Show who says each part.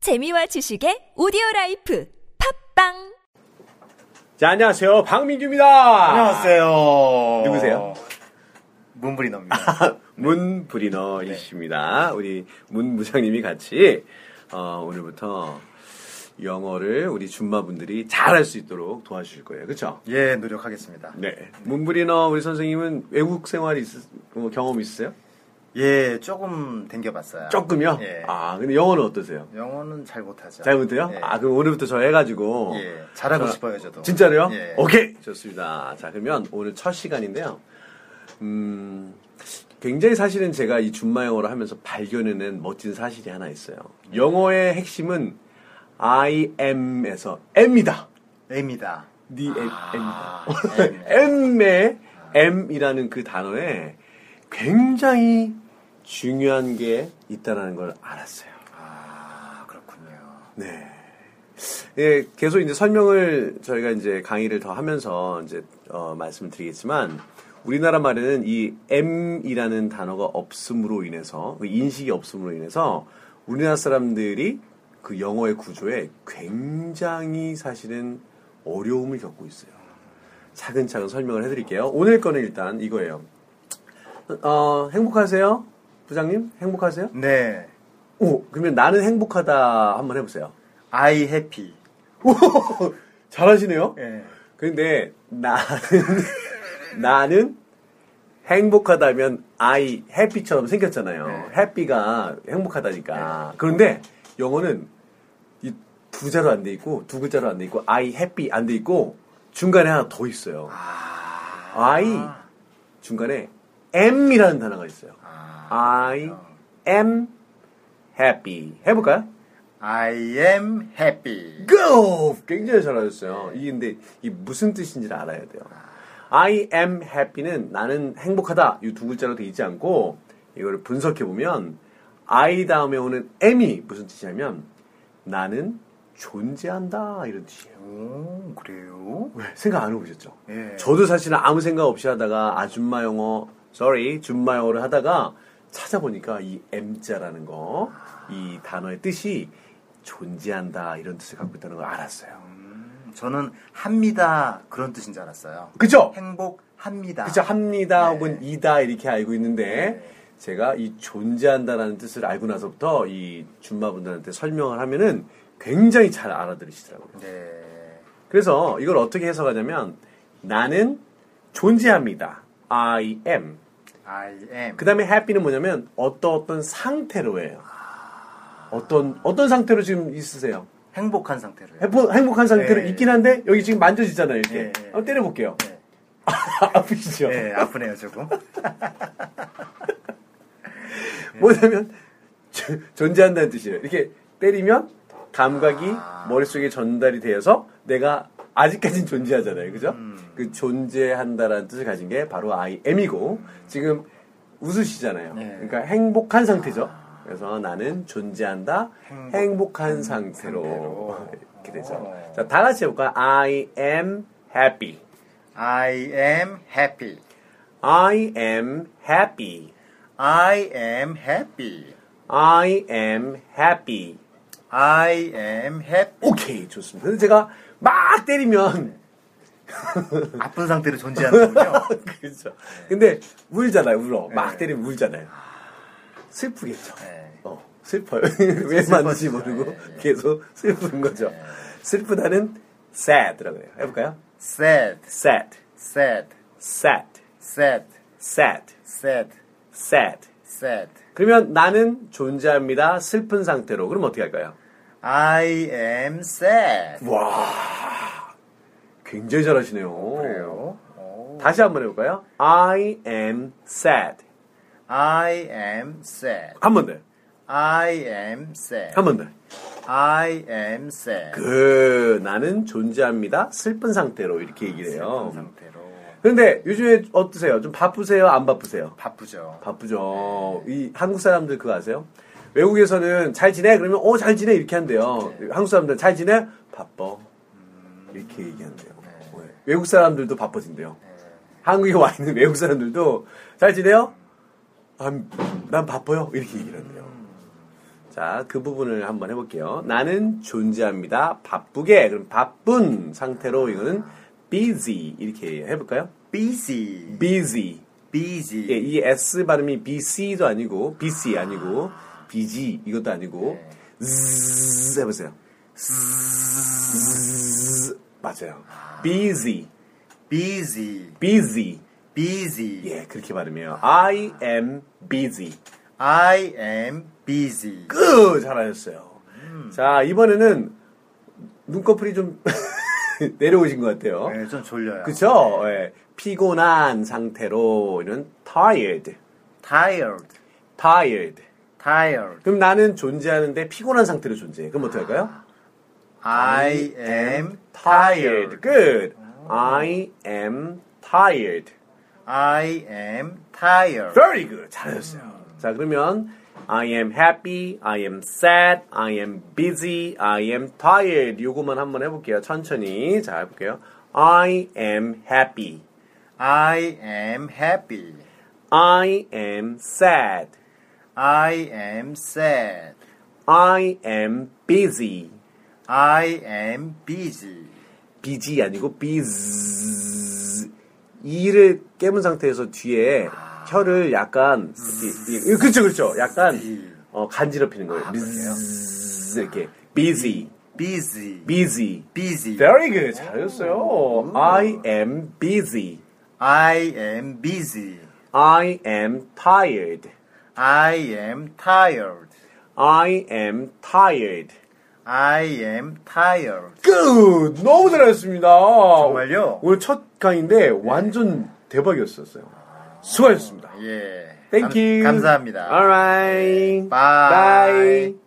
Speaker 1: 재미와 지식의 오디오 라이프 팝빵
Speaker 2: 자, 안녕하세요. 박민규입니다.
Speaker 3: 안녕하세요.
Speaker 2: 누구세요?
Speaker 3: 문불이 납니다.
Speaker 2: 문 브리너이십니다.
Speaker 3: 네.
Speaker 2: 우리 문 부장님이 같이, 어, 오늘부터 영어를 우리 준마분들이 잘 할 수 있도록 도와주실 거예요. 그쵸?
Speaker 3: 예, 노력하겠습니다.
Speaker 2: 네. 문 브리너 우리 선생님은 외국 생활이 있, 어, 경험 있으세요?
Speaker 3: 예, 조금 댕겨봤어요.
Speaker 2: 조금요?
Speaker 3: 예.
Speaker 2: 아, 근데 영어는 어떠세요?
Speaker 3: 영어는 잘 못하죠.
Speaker 2: 잘 못해요?
Speaker 3: 예.
Speaker 2: 아, 그럼 오늘부터 저 해가지고.
Speaker 3: 예, 잘하고
Speaker 2: 저-
Speaker 3: 싶어요, 저도.
Speaker 2: 진짜로요?
Speaker 3: 예.
Speaker 2: 오케이! 좋습니다. 자, 그러면 오늘 첫 시간인데요. 음, 굉장히 사실은 제가 이 준마영어를 하면서 발견해낸 멋진 사실이 하나 있어요.
Speaker 3: 네.
Speaker 2: 영어의 핵심은 I am에서 M이다.
Speaker 3: M이다.
Speaker 2: 네 M,
Speaker 3: 아,
Speaker 2: M이다. M의 M이라는 그 단어에 굉장히 중요한 게 있다는 걸 알았어요.
Speaker 3: 아, 그렇군요.
Speaker 2: 네. 예, 계속 이제 설명을 저희가 이제 강의를 더 하면서 이제 어, 말씀을 드리겠지만 우리나라 말에는 이 M이라는 단어가 없음으로 인해서 그 인식이 없음으로 인해서 우리나라 사람들이 그 영어의 구조에 굉장히 사실은 어려움을 겪고 있어요. 차근차근 설명을 해드릴게요. 오늘 거는 일단 이거예요. 어, 행복하세요? 부장님? 행복하세요?
Speaker 3: 네.
Speaker 2: 오, 그러면 나는 행복하다 한번 해보세요.
Speaker 3: I happy.
Speaker 2: 잘하시네요.
Speaker 3: 예.
Speaker 2: 근데 나는 나는 행복하다면 I happy처럼 생겼잖아요.
Speaker 3: 네.
Speaker 2: happy가 행복하다니까. 그런데 영어는 이 부자로 안 돼 있고 두 글자로 안 돼 있고 I happy 안 돼 있고 중간에 하나 더 있어요. I 중간에 M이라는 단어가 있어요. I am happy. 해볼까요?
Speaker 3: I am happy.
Speaker 2: go! 굉장히 잘하셨어요. 이게 근데 이 무슨 뜻인지를 알아야 돼요. I am happy는 나는 행복하다 이 두 글자로 돼 있지 않고 이거를 분석해 보면 I 다음에 오는 M이 무슨 뜻이냐면 나는 존재한다 이런 뜻이에요.
Speaker 3: 오, 그래요?
Speaker 2: 왜? 생각 안 해보셨죠?
Speaker 3: 예.
Speaker 2: 저도 사실은 아무 생각 없이 하다가 아줌마 영어, sorry, 줌마 영어를 하다가 찾아보니까 이 M자라는 거, 이 단어의 뜻이 존재한다 이런 뜻을 갖고 있다는 걸 알았어요.
Speaker 3: 저는 합니다. 그런 뜻인 줄 알았어요.
Speaker 2: 그죠?
Speaker 3: 행복합니다.
Speaker 2: 그죠? 합니다
Speaker 3: 네.
Speaker 2: 혹은 이다 이렇게 알고 있는데
Speaker 3: 네.
Speaker 2: 제가 이 존재한다라는 뜻을 알고 나서부터 이 줌마분들한테 설명을 하면은 굉장히 잘 알아들으시더라고요.
Speaker 3: 네.
Speaker 2: 그래서 이걸 어떻게 해석하냐면 나는 존재합니다. I am.
Speaker 3: I am.
Speaker 2: 그 다음에 happy는 뭐냐면 어떤 어떤 상태로예요.
Speaker 3: 아.
Speaker 2: 어떤 어떤 상태로 지금 있으세요?
Speaker 3: 행복한 상태로요.
Speaker 2: 행복- 행복한 상태로
Speaker 3: 네.
Speaker 2: 있긴 한데 여기 지금 만져지잖아요. 이렇게
Speaker 3: 네, 네.
Speaker 2: 한번 때려볼게요.
Speaker 3: 네.
Speaker 2: 아프시죠?
Speaker 3: 네, 아프네요, 조금.
Speaker 2: 예. 뭐냐면 조- 존재한다는 뜻이에요. 이렇게 때리면 감각이 머릿속에 전달이 되어서 내가 아직까진 존재하잖아요. 그죠? 그 존재한다라는 뜻을 가진 게 바로 I am이고 지금 웃으시잖아요.
Speaker 3: 네.
Speaker 2: 그러니까 행복한 상태죠. 그래서 나는 존재한다. 아. 행복한 음, 상태로, 어.
Speaker 3: 상태로.
Speaker 2: 이렇게 되죠.
Speaker 3: 오.
Speaker 2: 자, 다 같이 해볼까요? I am happy.
Speaker 3: I am happy.
Speaker 2: I am happy.
Speaker 3: I am happy.
Speaker 2: I am happy.
Speaker 3: I am happy.
Speaker 2: 오케이 좋습니다. 근데 제가 막 때리면
Speaker 3: 아픈 상태로 존재하는군요.
Speaker 2: 그렇죠. 근데 울잖아요. 울어. 막 때리면 울잖아요. 슬프겠죠.
Speaker 3: 네.
Speaker 2: 어 슬퍼요. 왜 맞는지
Speaker 3: 슬퍼지죠. 네.
Speaker 2: 모르고
Speaker 3: 예, 예.
Speaker 2: 계속 슬픈 거죠. 슬프다는 sad라고 해요. 해볼까요?
Speaker 3: sad,
Speaker 2: sad,
Speaker 3: sad,
Speaker 2: sad,
Speaker 3: sad,
Speaker 2: sad,
Speaker 3: sad,
Speaker 2: sad.
Speaker 3: sad.
Speaker 2: 그러면 나는 존재합니다. 슬픈 상태로. 그럼 어떻게 할까요?
Speaker 3: I am sad.
Speaker 2: 굉장히 잘하시네요.
Speaker 3: 그래요?
Speaker 2: 다시 한번 해볼까요? I am sad.
Speaker 3: I am sad.
Speaker 2: 한 번 더.
Speaker 3: I am sad.
Speaker 2: 한 번 더.
Speaker 3: I am sad.
Speaker 2: 그 나는 존재합니다. 슬픈 상태로 이렇게 얘기를 해요.
Speaker 3: 상태로
Speaker 2: 그런데 요즘에 어떠세요? 좀 바쁘세요? 안 바쁘세요?
Speaker 3: 바쁘죠.
Speaker 2: 바쁘죠. 이 한국 사람들 그거 아세요? 외국에서는 잘 지내? 그러면 어 잘 지내 이렇게 한대요. 한국 사람들은 잘 지내? 바빠. 이렇게 얘기한대요. 네. 외국 사람들도 바빠진대요. 한국에 와 있는 외국 사람들도 잘 지내요? 아, 난 바빠요. 이렇게 얘기를 한대요. 자, 그 부분을 한번 해볼게요. 나는 존재합니다. 바쁘게. 그럼 바쁜 상태로 이거는 busy 이렇게 해볼까요?
Speaker 3: busy,
Speaker 2: busy.
Speaker 3: busy.
Speaker 2: 예, 이 S 발음이 BC도 아니고 네. BC 아니고 BG 이것도 아니고 zzz 해보세요. zzz 맞아요. busy,
Speaker 3: busy,
Speaker 2: busy.
Speaker 3: busy.
Speaker 2: 예, 그렇게 발음해요. I am busy.
Speaker 3: I am busy.
Speaker 2: 끝! 그 잘하셨어요. 자, 이번에는 눈꺼풀이 좀 내려오신 것 같아요.
Speaker 3: 네, 좀 졸려요.
Speaker 2: 그쵸? 예, 피곤한 상태로 이런 tired,
Speaker 3: tired,
Speaker 2: tired.
Speaker 3: tired.
Speaker 2: 그럼 나는 존재하는데 피곤한 상태로 존재해. 그럼 어떻게 할까요?
Speaker 3: I am tired.
Speaker 2: Good. I am tired.
Speaker 3: I am tired.
Speaker 2: Very good. 잘하셨어요. 자, 그러면 I am happy, I am sad, I am busy, I am tired. 요거만 한번 해볼게요. 천천히. 자, 해볼게요. I am happy.
Speaker 3: I am happy.
Speaker 2: I am sad.
Speaker 3: I am sad.
Speaker 2: I am busy.
Speaker 3: I am busy.
Speaker 2: busy 아니고 biz. 이를 깨문 상태에서 뒤에 혀를 약간 이렇게- 이- 그렇죠 그렇죠 약간 어, 간지럽히는 거예요. biz 이렇게 busy,
Speaker 3: Busy.
Speaker 2: busy.
Speaker 3: Busy.
Speaker 2: Very good 잘했어요. 음. I am busy.
Speaker 3: I am busy.
Speaker 2: I am tired.
Speaker 3: I am tired.
Speaker 2: I am tired.
Speaker 3: I am tired.
Speaker 2: 끝! 너무 잘하셨습니다.
Speaker 3: 정말요?
Speaker 2: 오늘 첫 강의인데 완전 대박이었었어요. 수고하셨습니다.
Speaker 3: 예.
Speaker 2: Thank you.
Speaker 3: 감, 감사합니다.
Speaker 2: All right.
Speaker 3: Bye.
Speaker 2: Bye.